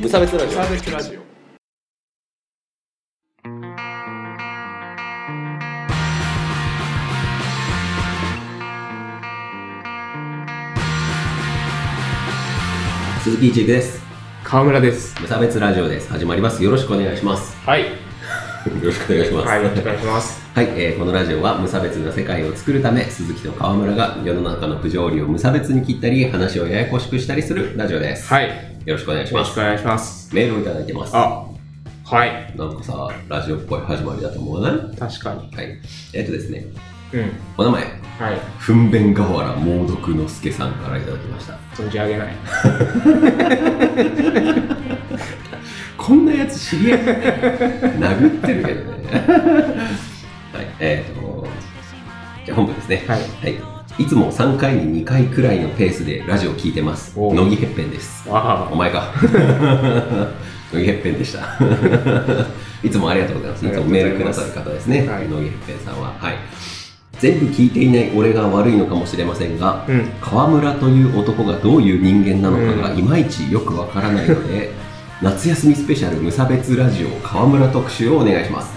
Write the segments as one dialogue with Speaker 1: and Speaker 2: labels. Speaker 1: 無差別ラジオ
Speaker 2: サーベスラジオ
Speaker 1: 鈴木一です
Speaker 2: 川村です
Speaker 1: 無差別ラジオです始まりますよろしくお願いします
Speaker 2: はい
Speaker 1: よろしくお願いします
Speaker 2: はい
Speaker 1: は
Speaker 2: お願いします
Speaker 1: い、えーこのラジオは無差別な世界を作るため鈴木と川村が世の中の不条理を無差別に切ったり話をややこしくしたりするラジオです、
Speaker 2: はい
Speaker 1: よろしくお願いし
Speaker 2: よろ
Speaker 1: ま
Speaker 2: し
Speaker 1: す
Speaker 2: くお願いします
Speaker 1: メールをいただいてます
Speaker 2: あはい
Speaker 1: なんかさラジオっぽい始まりだと思わないは
Speaker 2: 確かに
Speaker 1: いえっとですね
Speaker 2: うん
Speaker 1: お名前
Speaker 2: はい
Speaker 1: ふんべんがわら猛毒のすけさんからいただきました
Speaker 2: 存じ上げない
Speaker 1: こんなやつ知り合い 殴ってるけどねはいえっ、とじゃあ本部ですね
Speaker 2: はい
Speaker 1: はいいつも3回に2回くらいのペースでラジオ聞いてます
Speaker 2: おう
Speaker 1: 乃木へっぺんです
Speaker 2: わ
Speaker 1: お前か乃木へっぺんでしたいつもありがとうございますいつもメールくださる方ですね、
Speaker 2: ありがと
Speaker 1: 乃木へっぺんさんははい全部聞いていない俺が悪いのかもしれませんが、
Speaker 2: あうん
Speaker 1: 川村という男がどういう人間なのかが
Speaker 2: うん
Speaker 1: いまいちよくわからないので、 夏休みスペシャル無差別ラジオ川村特集をお願いします。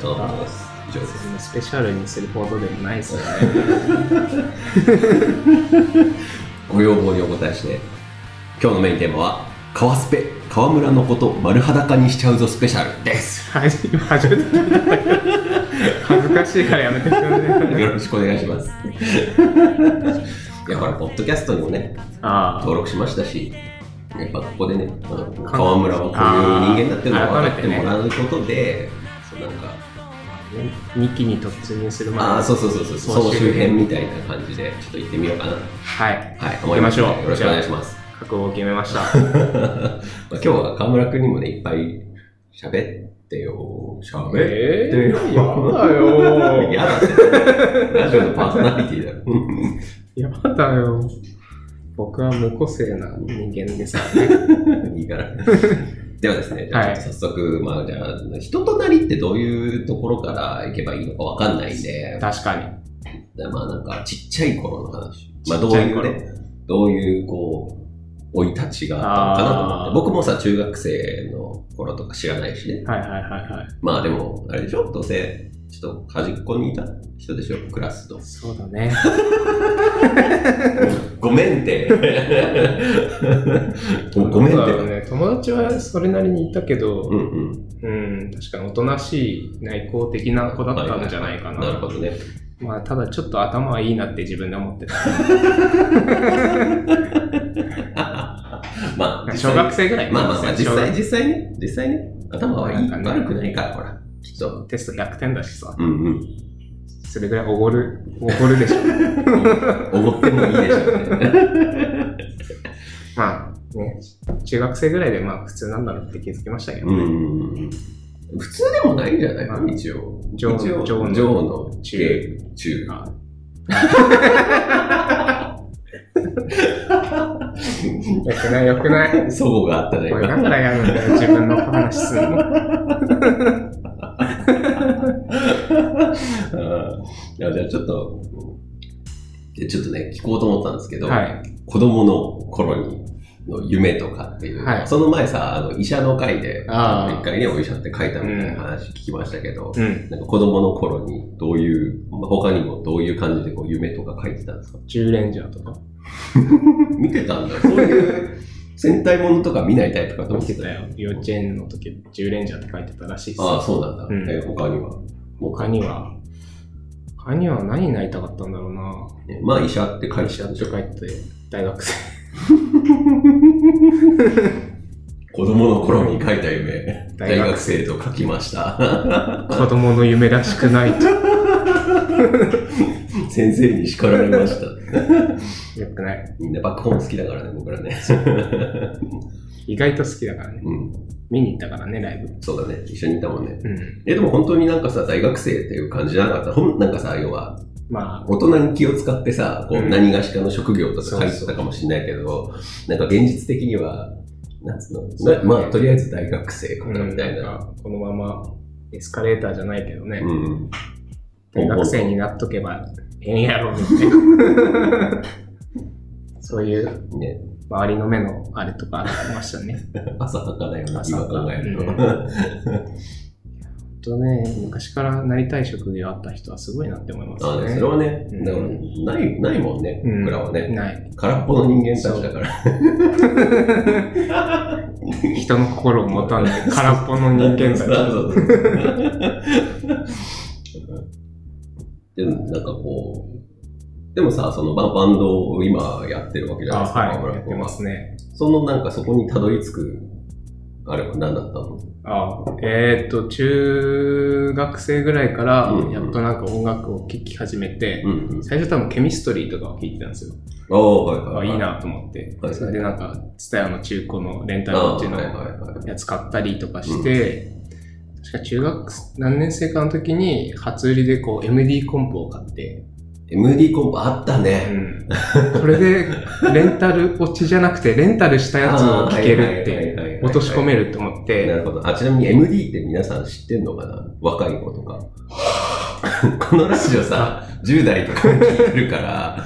Speaker 1: とのことです。以上です。
Speaker 2: スペシャルにするほどでもないですよね
Speaker 1: ご要望にお答えして、今日のメインテーマは、川スペ、川村のこと丸裸にしちゃうぞスペシャルです。
Speaker 2: 初めて初めて聞いたんだけど恥ずかしいからやめてください
Speaker 1: よろしくお願いします。いや、ほら、ポッドキャストにもね、
Speaker 2: ああ
Speaker 1: 登録しましたし、やっぱここでね、あの川村はこういう人間だっていうのを分かってもらうことで、そうなんか、
Speaker 2: 二期に突入する前
Speaker 1: ああ、
Speaker 2: に
Speaker 1: そうそうそうそう、
Speaker 2: 総集
Speaker 1: 総
Speaker 2: 編
Speaker 1: 集編みたいな感じで、ちょっと行ってみようかな。は
Speaker 2: はい
Speaker 1: い、思います
Speaker 2: 行きましょう
Speaker 1: よろしくお願いします。
Speaker 2: 覚悟を決めました
Speaker 1: まあ、今日は川村君にもね、いっぱい喋ってよ。喋って
Speaker 2: え
Speaker 1: よ。
Speaker 2: ーやだよ
Speaker 1: やだって。ラジオのパーソナリティだろ。
Speaker 2: やだよ僕は無個性な人間ですからね
Speaker 1: いいから。 ではですね、じゃあ
Speaker 2: はい
Speaker 1: ちょっと早速、まあじゃあ、人となりってどういうところから行けばいいのかわかんないんで、
Speaker 2: 確かに
Speaker 1: でまあなんかちっちゃい頃の話、まあ、
Speaker 2: ち
Speaker 1: ど
Speaker 2: っ
Speaker 1: う
Speaker 2: ちゃ
Speaker 1: い
Speaker 2: いう頃
Speaker 1: ねどういうこう生い立ちがあったのかなと思っ
Speaker 2: あー
Speaker 1: て僕もさ中学生の頃とか知らないしね
Speaker 2: はいはいはいはい
Speaker 1: まあでもあれでしょどうせちょっと端っこにいた人でしょクラスの
Speaker 2: そうだね
Speaker 1: ごめんって ごごめん
Speaker 2: だ
Speaker 1: っ
Speaker 2: から
Speaker 1: て
Speaker 2: ね友達はそれなりにいたけど
Speaker 1: うんうん
Speaker 2: うん確かにおとなしい内向的な子だったんじゃないかな、
Speaker 1: なるほどね
Speaker 2: まあただちょっと頭はいいなって自分で思って た
Speaker 1: まあ実際
Speaker 2: 小学生ぐらい
Speaker 1: まあまあまあ実
Speaker 2: 小
Speaker 1: 際
Speaker 2: 学
Speaker 1: 実際ね実際ね頭はいい
Speaker 2: なんかね
Speaker 1: 悪くないからほらきっと
Speaker 2: テスト100点だしさ
Speaker 1: うんうん
Speaker 2: それぐらいおごるおごるでし ょ
Speaker 1: おごってもいいでしょうね。
Speaker 2: まあね中学生ぐらいでまあ普通なんだろうって気づきましたけど
Speaker 1: う
Speaker 2: ね、
Speaker 1: ん。普通でもないんじゃない
Speaker 2: まあ
Speaker 1: 一応。
Speaker 2: 女王
Speaker 1: 一応
Speaker 2: 女王の
Speaker 1: 女王の
Speaker 2: 中
Speaker 1: 中。中。
Speaker 2: あよくないよくない
Speaker 1: そごがあったね。
Speaker 2: これ
Speaker 1: 今
Speaker 2: だからやるんだよ自分の話す んの
Speaker 1: うんいやじゃあちょっと、でちょっとね、聞こうと思ったんですけど、
Speaker 2: はい
Speaker 1: 子供の頃に、の夢とかっていう、
Speaker 2: はい
Speaker 1: その前さ、あの医者の会で、
Speaker 2: あー
Speaker 1: 一回ね、お医者って書いたみたいな話聞きましたけど、
Speaker 2: うん
Speaker 1: なんか子供の頃にどういう、まあ他にもどういう感じでこう夢とか書いてたんですか
Speaker 2: 10レンジャーとか
Speaker 1: 見てたんだ。そういう 戦隊ものとか見ないタイプかと思
Speaker 2: 見
Speaker 1: ってて
Speaker 2: た
Speaker 1: た。
Speaker 2: よ幼稚園の時10レンジャーって書いてたらしいっす
Speaker 1: ああ、そうなんだ。
Speaker 2: うん
Speaker 1: え他には。もう
Speaker 2: 他には他には何になりたかったんだろうな
Speaker 1: ねまあ医者って会
Speaker 2: 会
Speaker 1: 社
Speaker 2: 社
Speaker 1: で
Speaker 2: と
Speaker 1: しょ。
Speaker 2: か行って大 学生
Speaker 1: 子供の頃に書いた夢、
Speaker 2: 大
Speaker 1: 大
Speaker 2: 学
Speaker 1: 学生と書きました。
Speaker 2: 子供の夢らしくないとよ
Speaker 1: 先生に叱られました。
Speaker 2: くない
Speaker 1: みんなバックホーム好きだからね、僕らね。
Speaker 2: 意外と好きだからね
Speaker 1: うん、
Speaker 2: 見に行ったからねライブ
Speaker 1: そうだね。一緒にいたもんね。
Speaker 2: うん
Speaker 1: え、でも本当になんかさ、大学生っていう感じじゃなかった。ほんなんかさ、要は、
Speaker 2: ま
Speaker 1: 大人に気を使ってさ、こ
Speaker 2: う
Speaker 1: う、
Speaker 2: ん
Speaker 1: 何がしかの職業と
Speaker 2: そ
Speaker 1: か
Speaker 2: うそ
Speaker 1: 書
Speaker 2: う
Speaker 1: いてたかもしれないけど、なんか現実的には、なんつう
Speaker 2: そうだ
Speaker 1: の、
Speaker 2: ね
Speaker 1: ままあ、とりあえず大学生
Speaker 2: あ、
Speaker 1: か
Speaker 2: う
Speaker 1: な、
Speaker 2: ん、
Speaker 1: みた
Speaker 2: ないん
Speaker 1: な。
Speaker 2: かこのままエスカレーターじゃないけどね、
Speaker 1: うん。
Speaker 2: 大学生になっと けばええんやろみたいなそういう
Speaker 1: ね。
Speaker 2: 周りの目のあれとかありましたね。
Speaker 1: 朝はかだよな、
Speaker 2: 朝
Speaker 1: 今
Speaker 2: はか
Speaker 1: 考えると。
Speaker 2: う ん本当ね、昔からなりたい職業あった人はすごいなって思います
Speaker 1: あ
Speaker 2: よ
Speaker 1: ね
Speaker 2: ね。
Speaker 1: それはね、
Speaker 2: うん
Speaker 1: だからないないもんね、
Speaker 2: うん
Speaker 1: 僕らはね。
Speaker 2: ない。
Speaker 1: 空っぽの人間たちだから。
Speaker 2: 人の心を持たない空っぽの人間
Speaker 1: そ
Speaker 2: た
Speaker 1: う
Speaker 2: ち。
Speaker 1: そう そうでもなんかこう、でもさ、そのババンドを今やってるわけじゃな
Speaker 2: あ、
Speaker 1: いですか、
Speaker 2: は
Speaker 1: 川
Speaker 2: い。
Speaker 1: 村
Speaker 2: やっ
Speaker 1: 君
Speaker 2: てますね。
Speaker 1: そのなんかそこにたどり着く、あれは何だったの
Speaker 2: あえーっと、中学生ぐらいから
Speaker 1: うん、
Speaker 2: やっとなんか音楽を聴き始めて
Speaker 1: う、んうん。
Speaker 2: 最初多分ケミストリーとかを聴いてたんですよ。
Speaker 1: ああ、はいはい、は
Speaker 2: あ、いい。なと思って
Speaker 1: はい。
Speaker 2: それでなんか、ツタヤの中古のレンタル
Speaker 1: ああ、
Speaker 2: こっ
Speaker 1: は
Speaker 2: ち
Speaker 1: いは
Speaker 2: の
Speaker 1: いはい。
Speaker 2: やつ買ったりとかして、確か中学何年生かの時に初売りでこう MD コンポを買って、
Speaker 1: MD コンボあった
Speaker 2: う
Speaker 1: ね。
Speaker 2: ん、これでレンタル落ちじゃなくてレンタルしたやつを聴けるっ
Speaker 1: あーはいはいはいはいはい
Speaker 2: て落とし込めると思っ
Speaker 1: な
Speaker 2: て、
Speaker 1: るほど。あ、ちなみに MD って皆さん知ってんのかな若い子とか。 このラジオさ、10代とか聞いてるから、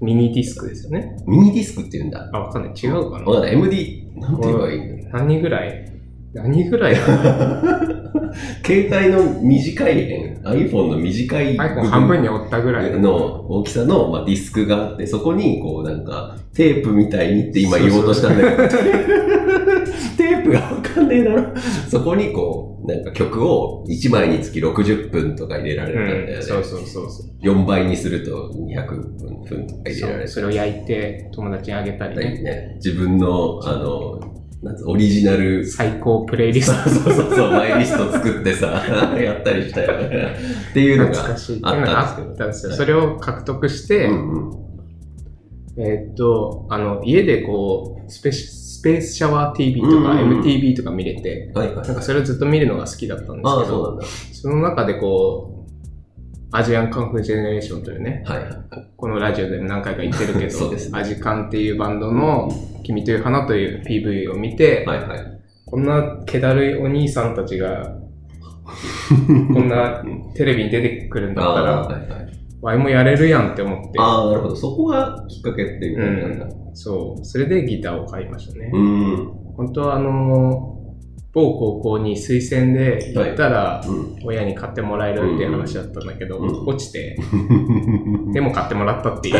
Speaker 2: ミニディスクですよね。
Speaker 1: ミニディスクって言うんだ。
Speaker 2: あ、わかんない。違うか
Speaker 1: わかん
Speaker 2: な
Speaker 1: ない。MD、なんて言えばいいの
Speaker 2: 何ぐらい何ぐらい かな
Speaker 1: 携帯の短い辺、iPhone の短い
Speaker 2: iPhone 半分に折ったぐらいの。
Speaker 1: の大きさの、まあ、ディスクがあって、そこに、こう、なんか、テープみたいにって今言おうとしたんだけど、テープがわかんねえだろ。そこに、こう、なんか曲を1枚につき60分とか入れられたんだよね。
Speaker 2: うん、そうそうそうそう
Speaker 1: 4倍にすると200分とか入れら
Speaker 2: そ
Speaker 1: れ
Speaker 2: う。
Speaker 1: た
Speaker 2: それを焼いて友達にあげたりね。
Speaker 1: りね。自分の、あの、なんつオリジナル
Speaker 2: 最高プレイリスト。
Speaker 1: そうそうそう、マイリスト作ってさ、 やったりしたよね。っていうの
Speaker 2: 懐
Speaker 1: が
Speaker 2: かしい。
Speaker 1: あったんですけ
Speaker 2: あ
Speaker 1: ど
Speaker 2: ったんですよ。それを獲得して、
Speaker 1: うんうん。
Speaker 2: えーっと、あの、家でこう、スペシスペースシャワー TV とか
Speaker 1: うんうんうん
Speaker 2: MTV とか見れて、
Speaker 1: はいはい。
Speaker 2: なんかそれをずっと見るのが好きだったんです
Speaker 1: ああ、
Speaker 2: けど、
Speaker 1: そう
Speaker 2: その中でこう、アジアンカンフージェネレーションというね、
Speaker 1: なんだ。はい。
Speaker 2: このラジオでも何回か言ってるけ
Speaker 1: そう
Speaker 2: ど、
Speaker 1: ですね
Speaker 2: アジカンっていうバンドの君という花という PV を見て、
Speaker 1: はいはい。
Speaker 2: こんな気だるいお兄さんたち が、こんなテレビに出てくるんだった
Speaker 1: あ
Speaker 2: ら、
Speaker 1: あー、はいはい。
Speaker 2: ワイもやれるやんって思って、
Speaker 1: ああ、なるほど。そこがきっかけっていう感じなんだ。
Speaker 2: そう、それでギターを買いましたね。
Speaker 1: うん。うん。
Speaker 2: 本当はあの、某高校に推薦で行ったら、親に買ってもらえるっていう話だったんだけど、
Speaker 1: うん
Speaker 2: 落ち て、でも買ってもらったっていう。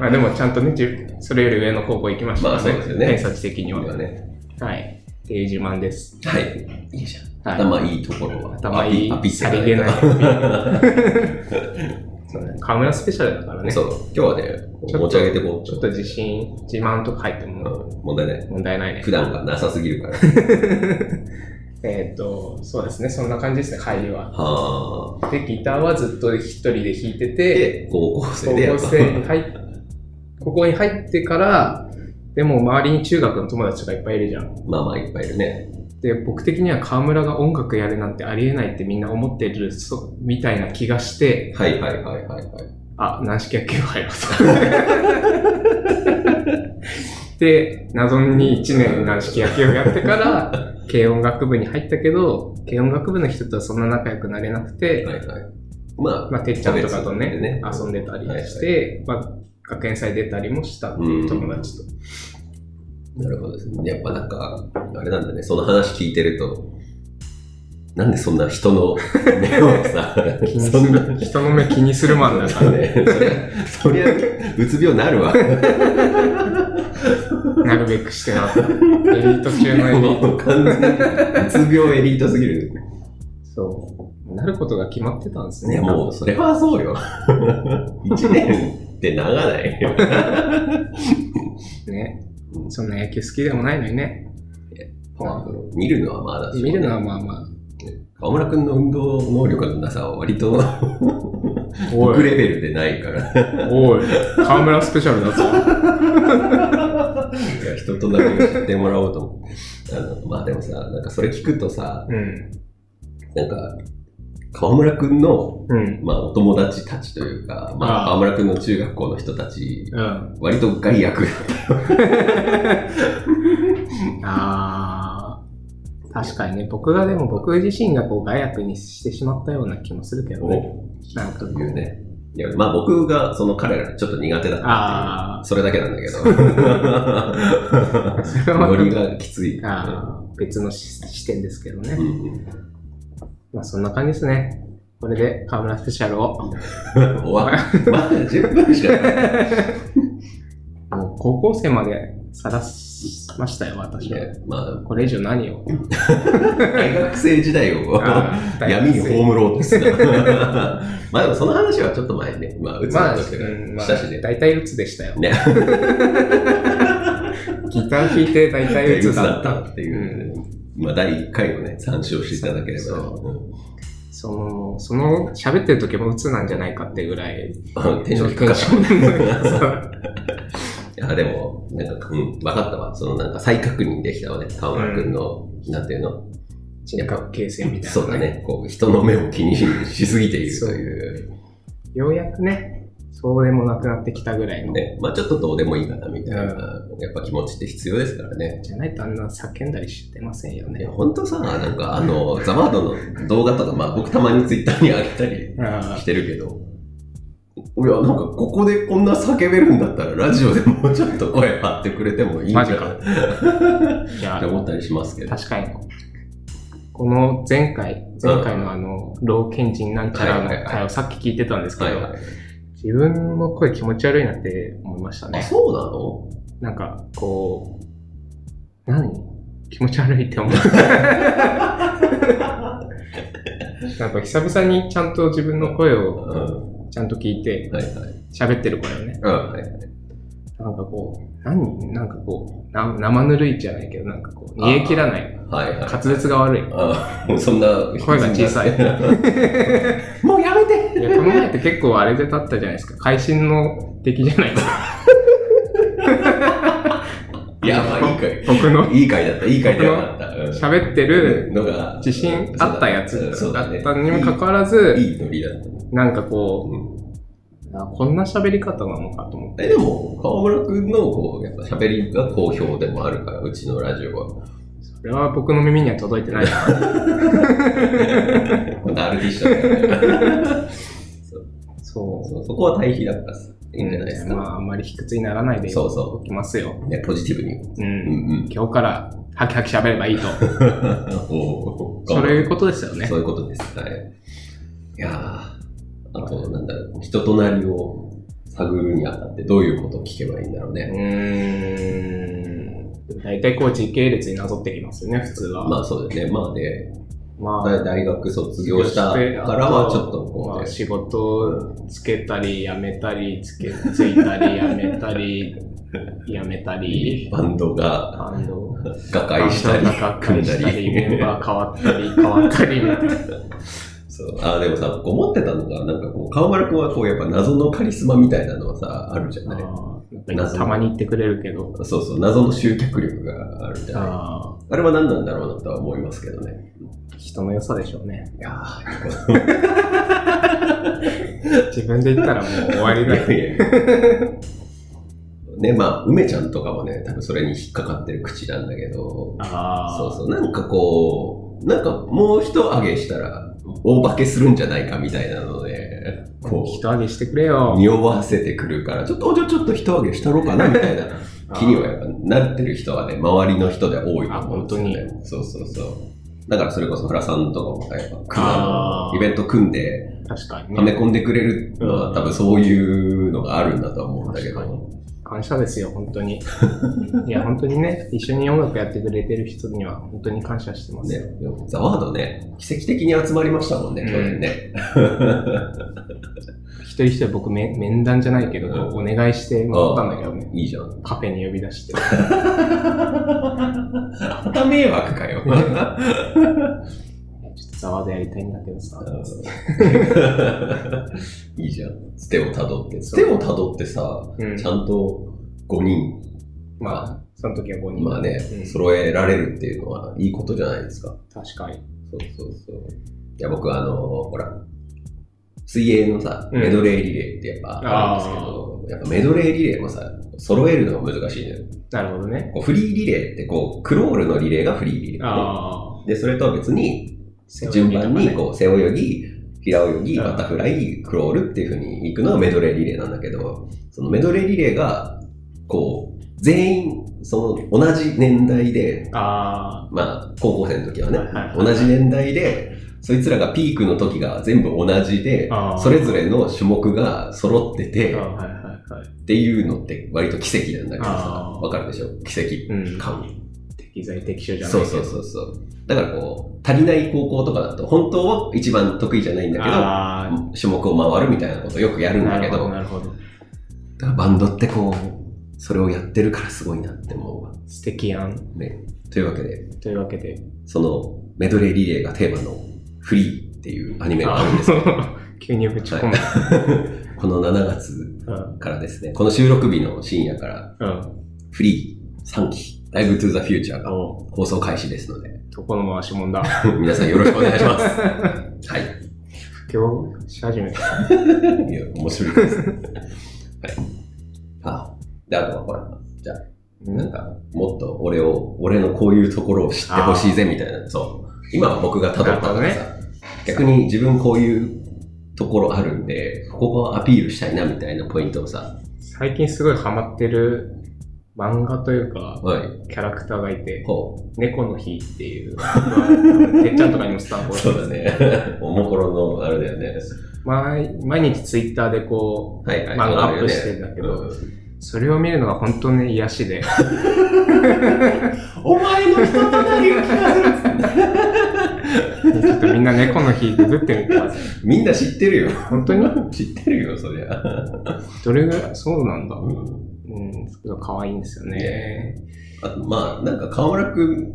Speaker 2: まあでもちゃんとね、じそれより上の高校行きました
Speaker 1: まあ
Speaker 2: から
Speaker 1: そう
Speaker 2: ね、
Speaker 1: ですよね
Speaker 2: 偏差値的に
Speaker 1: 今は
Speaker 2: は。
Speaker 1: ね。
Speaker 2: はい。っていう自慢です。
Speaker 1: はい。いいじゃん。
Speaker 2: はい
Speaker 1: 頭いいところは。
Speaker 2: 頭いい
Speaker 1: アピアピって
Speaker 2: さりげない
Speaker 1: アピ
Speaker 2: そうね河村スペシャルだからね。
Speaker 1: そう。今日はね、
Speaker 2: ちょっと
Speaker 1: 持ち上げてこう。
Speaker 2: ちょっと自信、自慢とか入っても
Speaker 1: うん問題ない。
Speaker 2: 問題ないね
Speaker 1: 普。段がなさすぎるから。
Speaker 2: えっ、と、そうですね、そんな感じですね、入りは。
Speaker 1: はあ。
Speaker 2: で、ギターはずっと一人で弾いてて、
Speaker 1: で、高校
Speaker 2: 高
Speaker 1: 生でや
Speaker 2: 校
Speaker 1: っぱ。
Speaker 2: 生に入っ、ここに入ってから、でも周りに中学の友達とかいっぱいいるじゃん。
Speaker 1: まあまあいっぱいいるね。
Speaker 2: で、僕的には河村が音楽やるなんてありえないってみんな思ってる、そみたいな気がして、
Speaker 1: はいはいはいはいはい。
Speaker 2: あ、軟式野球部入ろうと。で、謎に1年軟式野球をやってから、軽音楽部に入ったけど、軽音楽部の人とはそんな仲良くなれなくて、
Speaker 1: はいはい。ま
Speaker 2: まあ、てっちゃんとかと
Speaker 1: 個別
Speaker 2: ね、
Speaker 1: でね
Speaker 2: 遊んでたりして、まあ、学園祭出たりもした、
Speaker 1: うん
Speaker 2: 友達と。
Speaker 1: あ、なるほどですね。やっぱなんか、あれなんだね、その話聞いてると、なんでそんな人の目をさ、
Speaker 2: 気にす
Speaker 1: そんな、
Speaker 2: る、人の目気にするマンだ から、
Speaker 1: ね、そりゃ、そりゃうつ病なるわ。
Speaker 2: なるべくしてな。エリート中のエリート。
Speaker 1: もう完全に、うつ病エリートすぎる。
Speaker 2: そう。なることが決まってたんです
Speaker 1: ね、
Speaker 2: ね。
Speaker 1: もう、それはそうよ。一年って長ないよ。
Speaker 2: ね。そんな野球好きでもないのにね。まあ
Speaker 1: 見るのはまあだし、
Speaker 2: 見るのはまあまあ。
Speaker 1: 河村君の運動能力のなさは割と、僕レベルでないから。
Speaker 2: おい、河村スペシャルだぞ。
Speaker 1: いや人となりを知ってもらおうと思って。あのまあでもさ、なんかそれ聞くとさ、
Speaker 2: うん。
Speaker 1: なんか、河村くんの、
Speaker 2: うん。
Speaker 1: まあお友達たちというか、まあ
Speaker 2: ああ
Speaker 1: 河村くんの中学校の人たち、
Speaker 2: うん。
Speaker 1: 割と害悪。
Speaker 2: あー。確かにね、僕がでも僕自身がこう、害悪にしてしまったような気もするけどね。
Speaker 1: を
Speaker 2: なんかこ
Speaker 1: 言う
Speaker 2: う、
Speaker 1: ね。いや、まあ僕がその彼らちょっと苦手だったってい
Speaker 2: あ
Speaker 1: う、それだけなんだけど。
Speaker 2: あ。それ
Speaker 1: ノリ
Speaker 2: は
Speaker 1: がきつい。
Speaker 2: あー別のし視点ですけどね
Speaker 1: う。んうん
Speaker 2: まあそんな感じですね。これで河村スペシャルを。
Speaker 1: 終わまだ10分しかない。
Speaker 2: もう高校生まで晒しましたよ、私は。
Speaker 1: ま
Speaker 2: これ以上何を。
Speaker 1: あ、大学生時代を
Speaker 2: あー
Speaker 1: 闇に葬ろうですが。 まあでもその話はちょっと前にね、まあ、うつ
Speaker 2: まあ、
Speaker 1: の
Speaker 2: う
Speaker 1: 時から
Speaker 2: んまあ
Speaker 1: したしね、。
Speaker 2: 大体鬱でしたよ。
Speaker 1: ね、
Speaker 2: ギター弾いて大体
Speaker 1: う
Speaker 2: 鬱
Speaker 1: つだ
Speaker 2: だ
Speaker 1: っ
Speaker 2: ったた。
Speaker 1: っていう、まあ、第1回をね、参照していただければね、
Speaker 2: その、その、喋ってる時も鬱なんじゃないかってぐらい。
Speaker 1: うん、テンション低かった。
Speaker 2: そう
Speaker 1: いや、でも、なんか、うん、分かったわ。そのなんか再確認できたわね。河村くんの、なんていうの。
Speaker 2: 人格形成みたいな、
Speaker 1: そうだ。ね。こう、人の目を気にしすぎているという。
Speaker 2: ようやくね、そうでもなくなってきたぐらいの。
Speaker 1: ね。まあちょっとどうでもいいかな、みたいな。やっぱ気持ちって必要ですからね。
Speaker 2: じゃないとあんな叫んだりしてませんよ
Speaker 1: い
Speaker 2: ね
Speaker 1: や、。ほんとさ、なんかあの、ザワードの動画とか、まあ僕たまにツイッターに上げたり
Speaker 2: あ
Speaker 1: してるけど、いや、なんかここでこんな叫べるんだったら、ラジオでもうちょっと声張ってくれてもいいんじゃな
Speaker 2: マ
Speaker 1: い
Speaker 2: ジかあい
Speaker 1: っ
Speaker 2: や
Speaker 1: て、思ったりしますけど。
Speaker 2: 確かに。この前回、前回のあの、老賢人なんちゃらの
Speaker 1: はいはいはい
Speaker 2: 回をさっき聞いてたんですけ
Speaker 1: はい
Speaker 2: ど、
Speaker 1: はい。
Speaker 2: 自分の声気持ち悪いなって思いました
Speaker 1: あ、
Speaker 2: ね。
Speaker 1: そうなの
Speaker 2: なんか、こう、何気持ち悪いって思う。なんか久々にちゃんと自分の声を
Speaker 1: う
Speaker 2: ちゃんと聞いて
Speaker 1: ん。、はいはい。
Speaker 2: 喋ってる声をね、
Speaker 1: うん、はい。
Speaker 2: なんかこう、何なんかこう、な生ぬるいじゃないけど、なんかこう、煮え切らない。
Speaker 1: はいはい。
Speaker 2: 滑舌が悪い。
Speaker 1: あもうそんな
Speaker 2: 声が小さい。
Speaker 1: もうやめて
Speaker 2: いや、この前って結構あれで立ったじゃないですか。会心の敵じゃないですか。
Speaker 1: いや、まあいい回。
Speaker 2: 僕の
Speaker 1: いい回だった、いい回ではなった。うん
Speaker 2: 喋ってる
Speaker 1: のが、
Speaker 2: 自信あったやつ
Speaker 1: そう
Speaker 2: だ
Speaker 1: だ
Speaker 2: っ
Speaker 1: ね。
Speaker 2: たにもかかわら
Speaker 1: い
Speaker 2: ず、
Speaker 1: いいいノリだった。
Speaker 2: なんかこ
Speaker 1: うん
Speaker 2: う、あこんな喋り方なのかと思って。
Speaker 1: え、でも、河村くんの、こう、やっぱ喋りが好評でもあるから、うちのラジオは。
Speaker 2: それは僕の耳には届いてない。
Speaker 1: また歩きしちゃったから。
Speaker 2: そ
Speaker 1: そうそこは対比だったっす。
Speaker 2: う。
Speaker 1: いいんじゃないです
Speaker 2: ま
Speaker 1: か。
Speaker 2: あ、あんまり卑屈にならないで
Speaker 1: そ
Speaker 2: お
Speaker 1: うそ
Speaker 2: きますよ。
Speaker 1: う。ね、ポジティブに。
Speaker 2: う
Speaker 1: うん
Speaker 2: ん。
Speaker 1: うん。
Speaker 2: 今日から、ハキハキ喋れば いいと。
Speaker 1: おー
Speaker 2: そういうことですよね
Speaker 1: そ。ういうことです。はい。いやーあと、なんだろう、人となりを探るにあたってどういうことを聞けばいいんだろう
Speaker 2: う
Speaker 1: ね。
Speaker 2: ーん。大体こう時系列になぞってきますよね、普通は。
Speaker 1: まあそうですね。まあで、
Speaker 2: まあ
Speaker 1: 大大学卒業したからはちょっとこ
Speaker 2: ま
Speaker 1: う
Speaker 2: あ、
Speaker 1: ね、
Speaker 2: 仕事をつけたり、やめたり、つけ、ついたり、やめたり、やめたり、
Speaker 1: バンドが
Speaker 2: バンド、
Speaker 1: 瓦解したり
Speaker 2: バンドが、
Speaker 1: 組ん
Speaker 2: 解
Speaker 1: だ
Speaker 2: したり、メン
Speaker 1: り。
Speaker 2: バー変わったり、変わったり、みたいな
Speaker 1: そうあーでもさ、こう思ってたのが、なんかこう、川村君はこう、やっぱ謎のカリスマみたいなのはさ、あるじゃ ない。
Speaker 2: なんかたまに言ってくれるけど、
Speaker 1: そうそう、謎の集客力があるじゃない。
Speaker 2: あ
Speaker 1: あれは何なんだろうなとは思いますけどね。
Speaker 2: ー人の良さでしょうね。
Speaker 1: いやー
Speaker 2: 自分で言ったらもう終わりだよ。
Speaker 1: いやいやね、まあ、梅ちゃんとかもね、多分それに引っかかってる口なんだけど、
Speaker 2: ああ、
Speaker 1: そうそう、なんかこう、なんかもう一上げしたら、大化けするんじゃないかみたいなので、こう、
Speaker 2: 人上げしてくれよ。
Speaker 1: 匂わせてくるから、ちょっと、おじゃあちょっと一上げしたろうかなみた いな気にはやっぱなってる人はね、周りの人で多いと思うんですよね
Speaker 2: あ。
Speaker 1: そうそうそう。だからそれこそ原さんとかもやっぱ組んだ
Speaker 2: あー
Speaker 1: イベント組んで、
Speaker 2: 確か
Speaker 1: は
Speaker 2: に
Speaker 1: め
Speaker 2: ね。
Speaker 1: 込んでくれるのは、
Speaker 2: うん
Speaker 1: 多分そういうのがあるんだとは思うんだけ
Speaker 2: 確かに
Speaker 1: ど。
Speaker 2: 感謝ですよ、本当に。いや、本当にね、一緒に音楽やってくれてる人には本当に感謝してますよ。
Speaker 1: ね、でもザワードね、奇跡的に集まりましたもんね、
Speaker 2: うん
Speaker 1: 去年ね。
Speaker 2: 一人一人僕め面談じゃないけど、こうお願いしてもらったんだけどね、
Speaker 1: いい じゃん。
Speaker 2: カフェに呼び出して。
Speaker 1: また迷惑かよ。
Speaker 2: ちょっとざわでやりたいんだけどさ。
Speaker 1: いいじゃん。つてをたどって。つてをたどってさ、
Speaker 2: うん
Speaker 1: ちゃんと5人、
Speaker 2: まあ、その時は5人。
Speaker 1: まあね
Speaker 2: う、ん
Speaker 1: 揃えられるっていうのはいいことじゃないですか。
Speaker 2: 確かに。
Speaker 1: そうそうそう。いや、僕あの、ほら、水泳のさ、
Speaker 2: うん
Speaker 1: メドレーリレーってやっぱあるんですけど、やっぱメドレーリレーもさ、揃えるのが難しいのよ。
Speaker 2: なるほどね。
Speaker 1: こうフリーリレーってこう、クロールのリレーがフリーリレー、ね。
Speaker 2: ああ。
Speaker 1: で、それとは別に、
Speaker 2: 背泳ぎとかね
Speaker 1: 順番にこう、背泳ぎ、平泳ぎ、
Speaker 2: うん
Speaker 1: バタフライ、クロールっていう風に行くのがメドレーリレーなんだけど、そのメドレーリレーが、こう、全員、その同じ年代で、
Speaker 2: あ
Speaker 1: まあ、高校生の時はね
Speaker 2: はいはいは、い
Speaker 1: 同じ年代で、そいつらがピークの時が全部同じで
Speaker 2: あー、
Speaker 1: それぞれの種目が揃って
Speaker 2: ー
Speaker 1: て、
Speaker 2: あ、はいはいはい。
Speaker 1: っていうのって割と奇跡なんだけどさ
Speaker 2: あ、ー
Speaker 1: わかるでしょ奇
Speaker 2: うん
Speaker 1: 跡感。
Speaker 2: 適材適所じゃないけ
Speaker 1: そ
Speaker 2: ど。
Speaker 1: うそうそうそう。だからこう、足りない高校とかだと、本当は一番得意じゃないんだけ
Speaker 2: あ
Speaker 1: ど、種目を回るみたいなことよくや
Speaker 2: あ、
Speaker 1: るん
Speaker 2: な
Speaker 1: だけ
Speaker 2: るほ
Speaker 1: ど、
Speaker 2: ど、な
Speaker 1: だか
Speaker 2: るほど。
Speaker 1: らバンドってこう、それをやってるからすごいなって思うわ。
Speaker 2: 素敵やん。
Speaker 1: ね。というわけで、
Speaker 2: というわけで。
Speaker 1: そのメドレーリレーがテーマのフリーっていうアニメがあるんですけど、
Speaker 2: 急にぶち込む。
Speaker 1: この7月
Speaker 2: うん
Speaker 1: からですね、この収録日の深夜から、
Speaker 2: うん。
Speaker 1: フリー3期、ライブトゥーザフューチャーが
Speaker 2: お
Speaker 1: 放送開始ですので、
Speaker 2: 床の回しもんだ。
Speaker 1: 皆さんよろしくお願いします。はい。
Speaker 2: 今日、し始めた。
Speaker 1: いや、面白いです。はい。あ、で、あとはほら、なんか、もっと俺を、俺のこういうところを知ってほしいぜみたいな、そう。今は僕が辿ったか
Speaker 2: な
Speaker 1: ら
Speaker 2: るほ
Speaker 1: さ、逆に自分こういうところあるんで、ここをアピールしたいなみたいなポイントをさ、
Speaker 2: 最近すごいハマってる漫画というか、
Speaker 1: はい、
Speaker 2: キャラクターがいて、
Speaker 1: こ
Speaker 2: 猫の日って いう、てっちゃんとかにもスタン
Speaker 1: う。
Speaker 2: プ
Speaker 1: そう
Speaker 2: 押
Speaker 1: だ
Speaker 2: して
Speaker 1: ね。 おもころの、あれだよね。
Speaker 2: 毎毎日ツイッターでこ
Speaker 1: はいは
Speaker 2: う、
Speaker 1: い。
Speaker 2: 漫画アップし
Speaker 1: 上
Speaker 2: て
Speaker 1: が
Speaker 2: んだけ
Speaker 1: るよ
Speaker 2: ど、
Speaker 1: ねうん
Speaker 2: それを見るのが本当に癒し で、
Speaker 1: お前の人となりを聞かせる
Speaker 2: ちょっとみんな猫の日ググってみてください。
Speaker 1: みんな知ってるよ。
Speaker 2: 本当に
Speaker 1: 知ってるよ、そりゃ。
Speaker 2: どれぐらい、そうなんだ。う
Speaker 1: うん
Speaker 2: ん、すごい可愛いんですよね。
Speaker 1: あとまあ、なんか川村くん、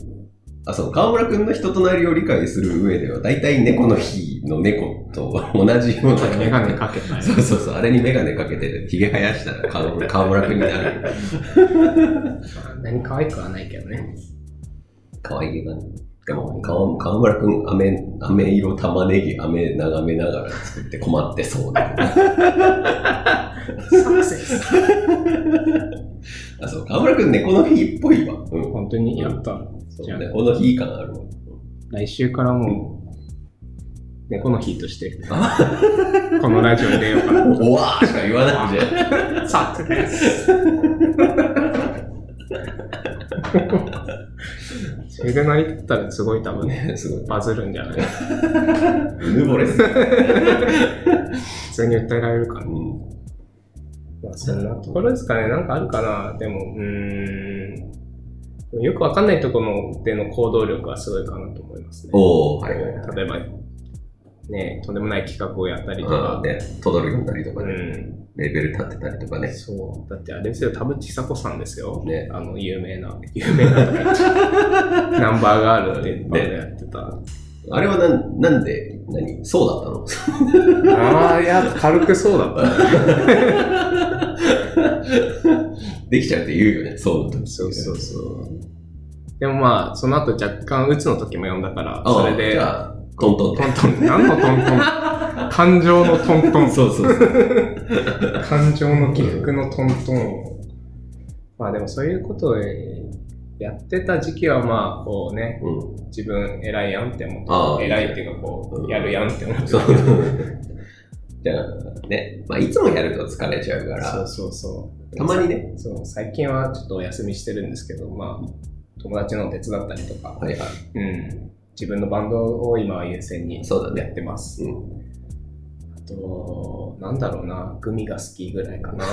Speaker 1: あ、そう、川村くんの人となりを理解する上では、大体猫の日の猫と同じような。
Speaker 2: メガネかけたい。
Speaker 1: そうそうそう、あれにメガネかけて、ひげ生やしたら川川村くんになる。
Speaker 2: 何可愛くはないけどね。
Speaker 1: 可愛げがね。でも川、川村くん、飴、飴色玉ねぎ、飴眺めながら作って困ってそうだよね。
Speaker 2: サクセス。
Speaker 1: あ、そう、川村くん猫の日っぽいわ。うん。
Speaker 2: 本当にやった。
Speaker 1: そ
Speaker 2: じゃ
Speaker 1: う
Speaker 2: あ
Speaker 1: ね、この日感あるわ。
Speaker 2: 来週からもう、猫の日と して、このラジオに出ようかな。
Speaker 1: おわーしか言わないじゃん。
Speaker 2: サクセス。それで成り立ったらすごい多分ね、
Speaker 1: ね、すごい。
Speaker 2: バズるんじゃない
Speaker 1: 犬惚れする。
Speaker 2: 普通に訴えられるから。
Speaker 1: うん。
Speaker 2: まあそんなところですかね。なんかあるかな。でも、うーん。よくわかんないところでの行動力はすごいかなと思いますね。
Speaker 1: おー、はいはいはい。
Speaker 2: 例えば、ね、とんでもない企画をやったりと
Speaker 1: あ
Speaker 2: か
Speaker 1: あ、。ね、トドル読んだりとか
Speaker 2: う
Speaker 1: ね、
Speaker 2: ん。
Speaker 1: レベル立ってたりとかね。
Speaker 2: そう。だってあれですよ、田淵久子さんですよ。
Speaker 1: ね
Speaker 2: あの、有名な、有名なとか言っちゃうナンバーガールっていうバンドやってた。
Speaker 1: あれはなんなんで、何そうだっ
Speaker 2: ああ、いや、軽くそうだった。
Speaker 1: たのできちゃうって言うよね、そうだと。
Speaker 2: そうそうそう。でもまあ、その後若干、鬱の時も読んだから、
Speaker 1: ああ
Speaker 2: それで
Speaker 1: じ、ゃあ、トントン
Speaker 2: トントン、何のトント ン感情のトントン。
Speaker 1: そうそうそう。
Speaker 2: 感情の起伏のトントンを。まあでもそういうことをやってた時期はまあこうね、
Speaker 1: う
Speaker 2: 自分偉いやんって思
Speaker 1: あ
Speaker 2: っ
Speaker 1: あ
Speaker 2: て、偉いっていうかこ
Speaker 1: うん
Speaker 2: う、やるやんって思っ
Speaker 1: ん。
Speaker 2: て
Speaker 1: そ
Speaker 2: た
Speaker 1: う
Speaker 2: けど。
Speaker 1: じゃあ、ね、まあ、いつもやると疲れちゃうから、
Speaker 2: そうそうそう。
Speaker 1: たまにね。
Speaker 2: そう、最近はちょっとお休みしてるんですけど、まあ、友達の手伝ったりとか、
Speaker 1: はいはい。
Speaker 2: うん。自分のバンドを今は優先に
Speaker 1: そうだ
Speaker 2: や
Speaker 1: ね。
Speaker 2: ってます。
Speaker 1: うん。
Speaker 2: あと、なんだろうな、グミが好きぐらいかな。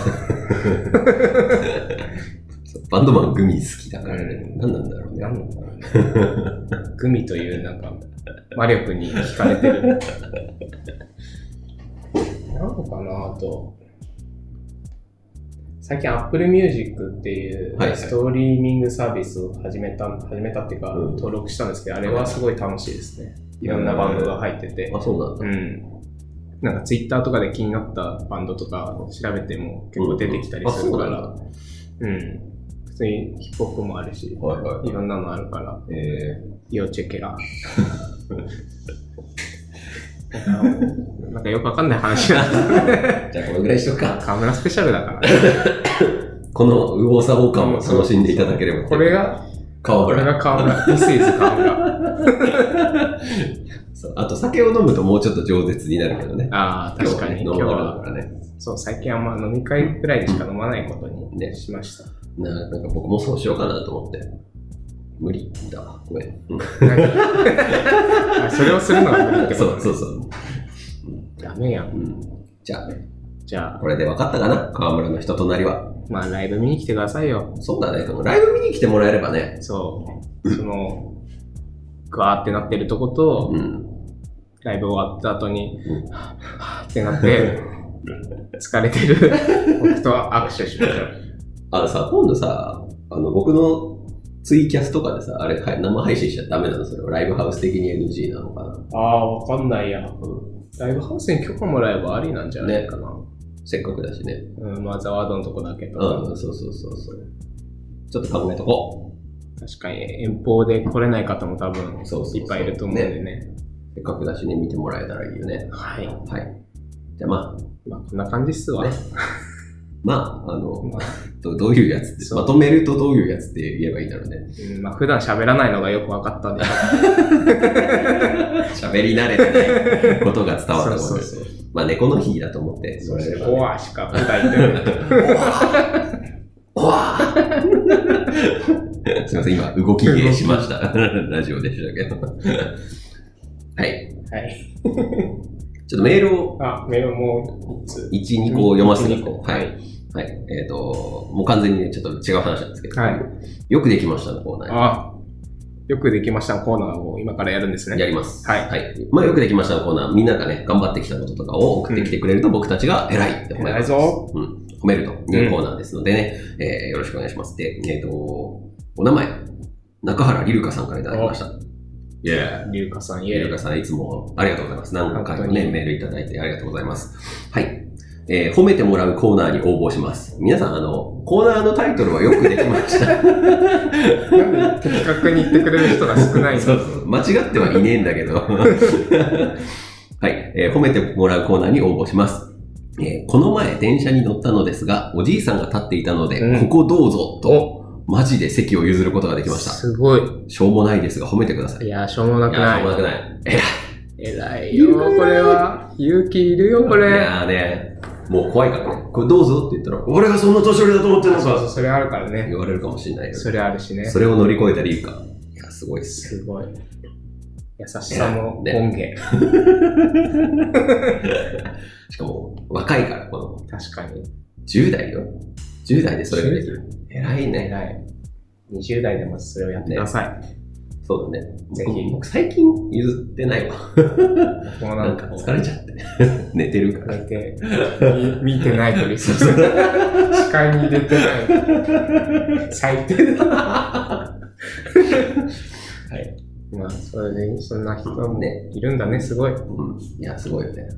Speaker 1: そうバンドマングミ好きだからね。
Speaker 2: うん
Speaker 1: 何なんだろうね。
Speaker 2: なんだろうねグミというなんか魔力に惹かれてる。なんかなあと、最近 Apple Music っていう
Speaker 1: はいはい
Speaker 2: ストリーミングサービスを始めた、始めたっていうか、
Speaker 1: うん
Speaker 2: 登録したんですけど、あれはすごい楽しいですね。いろんなバンドが入ってて。
Speaker 1: あ、そうなんだ。
Speaker 2: うん。なんか Twitter とかで気になったバンドとか調べても結構出てきたりするか
Speaker 1: うん
Speaker 2: ら、うん。普通にヒップホップもあるし、
Speaker 1: はいはい
Speaker 2: ろんなのあるから、
Speaker 1: い。え
Speaker 2: 要チェケ ラ。なんかよくわかんない話だな。
Speaker 1: ー、じゃあ、これぐらいしとくか。
Speaker 2: 河村スペシャルだから。
Speaker 1: この右往左往感を楽しんでいただければ。
Speaker 2: これが
Speaker 1: 川
Speaker 2: これ
Speaker 1: 村。
Speaker 2: が河村。This is 河村。
Speaker 1: そうあと酒を飲むともうちょっと饒舌になるけどね。
Speaker 2: ああ、 確かに。今
Speaker 1: 今日
Speaker 2: 日
Speaker 1: は
Speaker 2: は、
Speaker 1: ね飲まなかったからね。
Speaker 2: そう、最近はまあ飲み会ぐらいでしか飲まないこと
Speaker 1: ね
Speaker 2: にしました。
Speaker 1: ななんか僕もそうしようかなと思って。無理だわ。ごめん。うん
Speaker 2: あ それをするのが無理ってこ
Speaker 1: そ
Speaker 2: と
Speaker 1: う
Speaker 2: ね
Speaker 1: そうそう。
Speaker 2: ダメやん。
Speaker 1: うん、じゃあ、
Speaker 2: じゃあ、
Speaker 1: これで分かったかな河村の人となりは。
Speaker 2: まあライブ見に来てくださいよ。
Speaker 1: そうだね。でもライブ見に来てもらえればね。
Speaker 2: そう。その、グワーってなってるとこと、
Speaker 1: うん。
Speaker 2: ライブ終わった後に、
Speaker 1: う
Speaker 2: はぁはぁってな って、疲れてる 僕と握手しましょう。
Speaker 1: あのさ、今度さ、あの、僕のツイキャスとかでさ、あれ、はい生配信しちゃダメなのそれはライブハウス的に NG なのかな
Speaker 2: ああ、わかんないや。ライブハウスに許可もらえばありなんじゃないかな。
Speaker 1: せっかくだしね。
Speaker 2: うん、まあザワードのとこだけど、
Speaker 1: うん、そうそうそうそう。ちょっと考えとこ
Speaker 2: 確かに遠方で来れない方も多分
Speaker 1: そうそうそう
Speaker 2: いっぱいいると思うんでね。
Speaker 1: う。せっかくだしね、見てもらえたらいいよね。
Speaker 2: はい。
Speaker 1: はい。じゃあまあ、
Speaker 2: まあこんな感じっすわ。
Speaker 1: ねまあ、あの、
Speaker 2: まあ
Speaker 1: どどういうやつって、
Speaker 2: そう
Speaker 1: まとめるとどういうやつって言えばいいんだろうね。
Speaker 2: うんまあ普段喋らないのがよく分かった んで。
Speaker 1: 喋り慣れてないことが伝わったこと
Speaker 2: そう
Speaker 1: で
Speaker 2: そう
Speaker 1: す。まあ、猫の日だと思ってもらえればね、
Speaker 2: フォアしか普段言ってない。
Speaker 1: すみません、今、動き芸しました。ラジオでし たけど。
Speaker 2: は
Speaker 1: はい。
Speaker 2: い。
Speaker 1: ちょっとメールを
Speaker 2: あ、メールもう一つ。
Speaker 1: 1、2個読ませていこう。
Speaker 2: は
Speaker 1: はい。はい。えっ、と、もう完全にね、ちょっと違う話なんですけど、
Speaker 2: はい
Speaker 1: よくできましたのコーナ
Speaker 2: あ、よくできましたコーナーを今からやるんです
Speaker 1: ーや
Speaker 2: ね。
Speaker 1: ります。
Speaker 2: はい
Speaker 1: はい。まあ、よくできましたのコーナー、みんながね、頑張ってきたこととかを送ってきてくれると、僕たちが偉いって褒め
Speaker 2: 偉
Speaker 1: ま
Speaker 2: い
Speaker 1: す。
Speaker 2: ぞ。
Speaker 1: うん。褒めるというコーナーですのでね、えーよろしくお願いします。で、えっ、と、お名前、中原りるかさんからいただきました。イエーイ
Speaker 2: 龍華さん、イ
Speaker 1: ゆ
Speaker 2: エ
Speaker 1: るかさん、いつもありがとうございます。何回も
Speaker 2: 本当
Speaker 1: ね、
Speaker 2: に
Speaker 1: メールいただいてありがとうございます。はい。えー褒めてもらうコーナーに応募します。皆さん、あの、コーナーのタイトルはよくできました。
Speaker 2: なんで的確に言ってくれる人が少ない
Speaker 1: そ
Speaker 2: の
Speaker 1: うそう間違ってはいねえんだけど。 はい、えー褒めてもらうコーナーに応募します。えーこの前、電車に乗ったのですが、おじいさんが立っていたので、
Speaker 2: うん
Speaker 1: ここどうぞと、マジで席を譲ることができました。
Speaker 2: すごい。
Speaker 1: しょうもないですが、褒めてください。
Speaker 2: いや、しょうもなく
Speaker 1: いや、しょ
Speaker 2: な。
Speaker 1: うもないくない。えらい
Speaker 2: 偉いよ、これは。勇気いるよ、こ
Speaker 1: い
Speaker 2: れ。
Speaker 1: やーね、もう怖いからね。これどうぞって言ったら、俺がそんな年寄りだと思ってるの
Speaker 2: そうそう、
Speaker 1: か
Speaker 2: それあるからね。
Speaker 1: 言われるかもしれないけど
Speaker 2: それあるしね。
Speaker 1: それを乗り越えたりいいか。いや、すごいっすね。
Speaker 2: すごい。優しさの
Speaker 1: 偉い
Speaker 2: 本源。
Speaker 1: しかも、若いから、この
Speaker 2: 確かに。
Speaker 1: 10代よ。10代でそれができる。偉いね。
Speaker 2: 偉い。20代でもそれをやってください。
Speaker 1: そうだね。
Speaker 2: ぜひ
Speaker 1: 僕僕最近譲ってない わ。
Speaker 2: 僕も
Speaker 1: な
Speaker 2: なんん
Speaker 1: か
Speaker 2: かこう
Speaker 1: 疲れちゃって。 寝てるから。
Speaker 2: 寝て、み見てないふりする。視界に出てない。最低だ。はい。まあ、それで、そんな人も
Speaker 1: ね
Speaker 2: いるんだね、すごい。
Speaker 1: うん。いや、すごいよね。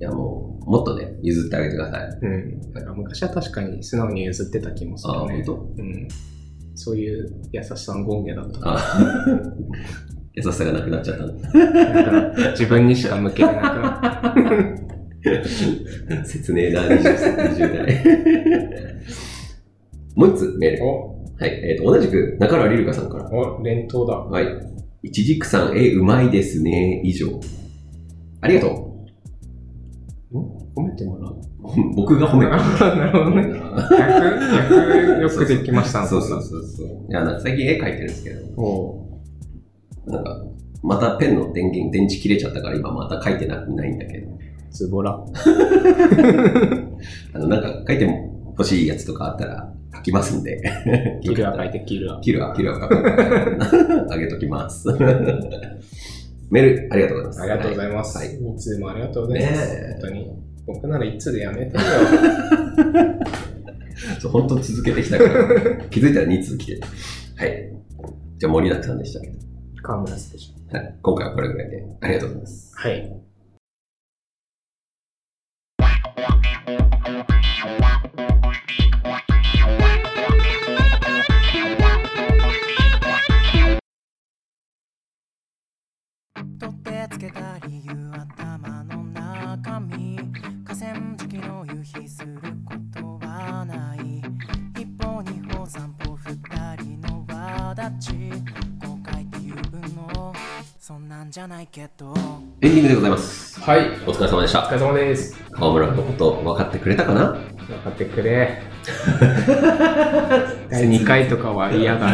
Speaker 1: いや、もう、もっとね、譲ってあげてください。
Speaker 2: うん。だから昔は確かに素直に譲ってた気もす
Speaker 1: ああ、
Speaker 2: るね。
Speaker 1: 本当
Speaker 2: うん。そういう優しさの権限だった。
Speaker 1: あ 優しさがなくなっちゃったの
Speaker 2: なん か自分にしか向けれなくなった。
Speaker 1: 説明だ、20歳20代。 もう一つメール。
Speaker 2: お、
Speaker 1: はい。えっ、と、同じく、中原りるかさんから。
Speaker 2: お、連投だ。
Speaker 1: はい。いちじくさん、え、うまいですね。以上。ありがと
Speaker 2: 褒めてもらう
Speaker 1: う。僕が褒めた。
Speaker 2: なるほどね。逆、逆よくできました
Speaker 1: そうそうそうそう。いや、なんか最近絵描いてるんですけど、
Speaker 2: お
Speaker 1: なんか、またペンの電源、電池切れちゃったから今また描いてなないんだけど、
Speaker 2: ズボラ。
Speaker 1: あの、なんか描いても欲しいやつとかあったら描きますんで。
Speaker 2: キ ルア書いてキルア。
Speaker 1: キルア、キルアか。あげときます。 メール、ありがとうございます。
Speaker 2: ありがとうございます。
Speaker 1: は
Speaker 2: はいい。2通もありがとうございます。
Speaker 1: ねえ
Speaker 2: 本当に。僕なら1通でやめてよ。
Speaker 1: そう本当続けてき たから、気づいたら2通来てる。はい。じゃあ盛りだくさんでしたけど、
Speaker 2: 河村スペシャル。
Speaker 1: はい、今回はこれぐらいで、ありがとうございます。
Speaker 2: はい。
Speaker 3: 取ってつけた理由頭の中身河川敷の夕日することはない一歩二歩三歩二人の輪立ちなんじゃないけど
Speaker 1: エンディングでございます。
Speaker 2: はい。
Speaker 1: お疲れ様でし
Speaker 2: お
Speaker 1: た。
Speaker 2: 疲れ様です。
Speaker 1: 川村のこと分かってくれたかな
Speaker 2: 分かってく れ。第2回とかは嫌だ。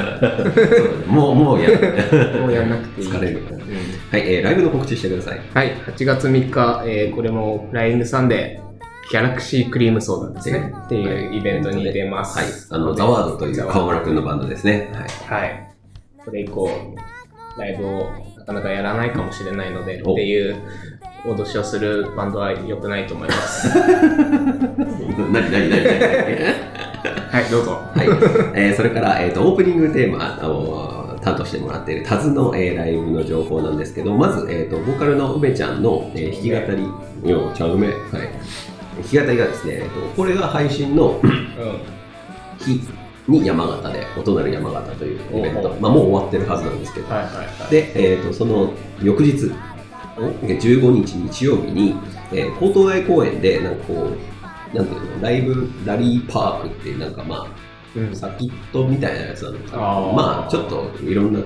Speaker 1: もう、もうやる。
Speaker 2: もうやんなくていい。
Speaker 1: 疲れるから
Speaker 2: う
Speaker 1: ね。
Speaker 2: ん
Speaker 1: はい、えー、ライブの告知してください。
Speaker 2: はい、8月3日、えーこれもフライングサンデー、ギャラクシークリームソーダですね。っていうイベントに出ます。
Speaker 1: はい、あの、ザワードという川村くんのバンドですね。はい。
Speaker 2: はい。これ以降、ライブをなかなかやらないかもしれないので、って
Speaker 1: お
Speaker 2: いう脅しをするバンドは良くないと思います。
Speaker 1: なになになになに
Speaker 2: はい、どうぞ。
Speaker 1: はい。えーそれから、えっ、と、オープニングテーマを担当してもらっているタズの、えーライブの情報なんですけど、まず、えっ、と、ボーカルの梅ちゃんの、えー弾き語り、ようちゃん梅。はい。弾き語りがですね、えーと、これが配信の
Speaker 2: う
Speaker 1: 日に山形で、お隣山形というイベント。まあ、もう終わってるはずなんですけど
Speaker 2: ん。。はいはいはい。
Speaker 1: で、えー、とその翌日お15日日曜日に、えー、江東台公園でなんかこうなんていうのライブラリーパークっていうなんかま
Speaker 2: うん
Speaker 1: あ、サーキットみたいなやつなのかな
Speaker 2: あー
Speaker 1: まあちょっといろんな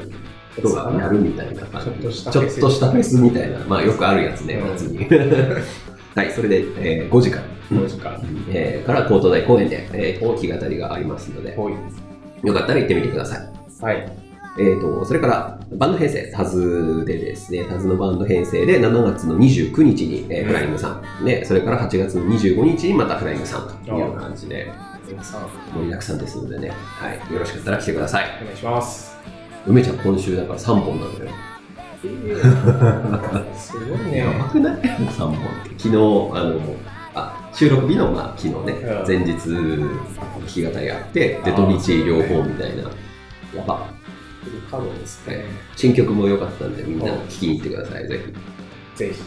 Speaker 1: 人がやるみたいな感
Speaker 2: ちょ
Speaker 1: じ
Speaker 2: っとした
Speaker 1: ち
Speaker 2: フ
Speaker 1: ょ
Speaker 2: ェ
Speaker 1: っ
Speaker 2: ス
Speaker 1: としたフェスみたいなまあよくあるやつね
Speaker 2: うん
Speaker 1: 夏に はいそれで、えー5時から、
Speaker 2: 5時間。
Speaker 1: えーから江東台公園で、えー、大きい語りがありますので
Speaker 2: 多い
Speaker 1: よかったら行ってみてください
Speaker 2: はい。
Speaker 1: えー、とそれからバンド編成タズでですねタズのバンド編成で7月の29日に、えーフライングさん、ね、それから8月の25日にまたフライングさんという感じで
Speaker 2: 皆さん、
Speaker 1: 盛りだくさんですのでね、はい、よろしかったら来てください
Speaker 2: お願いします。
Speaker 1: 梅ちゃん今週だから3本なんだよ
Speaker 2: すごいね。
Speaker 1: 甘くない ?3 本って昨日あのあ収録日の、まあ、昨日ね、
Speaker 2: うん
Speaker 1: 前日弾き語りあってで土日両方みたいなやば
Speaker 2: フルカロですね。
Speaker 1: 新曲も良かったんでみんな聴きに行ってくださいぜひ
Speaker 2: ぜひ。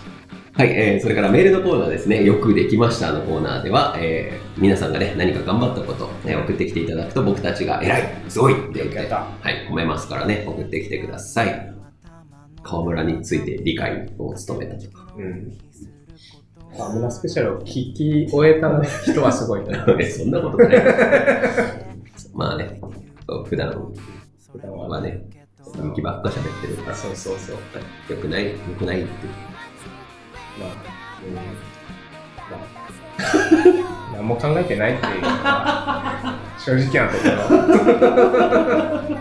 Speaker 1: はい、えーそれからメールのコーナーですね、よくできましたのコーナーでは、えー皆さんがね、何か頑張ったこと、ね、送ってきていただくと、僕たちが偉い、すごいって言って、
Speaker 2: やっ
Speaker 1: は
Speaker 2: た
Speaker 1: い、褒めますからね、送ってきてください。河村について理解を務めたとか。
Speaker 2: うん。あ、村スペシャルを聞き終えた人はすごいな。
Speaker 1: えそんなこと ない。まあね、そう普段
Speaker 2: 普段は
Speaker 1: はね、続きばっか喋ってるか ら、
Speaker 2: そうそうそう。
Speaker 1: よくない、よくないって。
Speaker 2: まあ、うん。まあ、何も考えてないっていうのが正直なところ。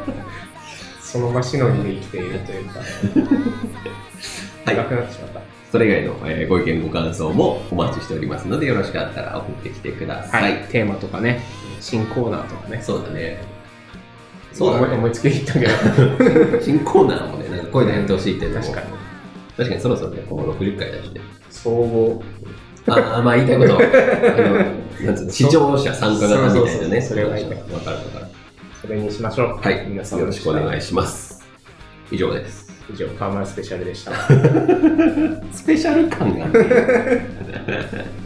Speaker 2: その場しのぎで生きているというか、
Speaker 1: はい
Speaker 2: 辛くなってしまった。
Speaker 1: それ以外の、えーご意見、ご感想もお待ちしておりますので、よろしかったら送ってきてください
Speaker 2: テーマとかね、新コーナーとかね。
Speaker 1: そうだね。そうだ
Speaker 2: 思い
Speaker 1: ね。
Speaker 2: 思いつきで言ったけど、
Speaker 1: 新コーナーもね、なんかこういうのやってほしいっていうの も
Speaker 2: 確かに。
Speaker 1: 確かにそろそろね、もう60回だ しね。
Speaker 2: 総合
Speaker 1: ああ、まあ言いたいこと。あの、なんつう の、視聴者参加型みたいなね。
Speaker 2: そうそうそうそれが言いたい
Speaker 1: わかるわかる。
Speaker 2: それにしましょう。
Speaker 1: はい。
Speaker 2: 皆さん
Speaker 1: よろしくお願いします。以上です。
Speaker 2: 以上、川村スペシャルでした。
Speaker 1: スペシャル感があるね。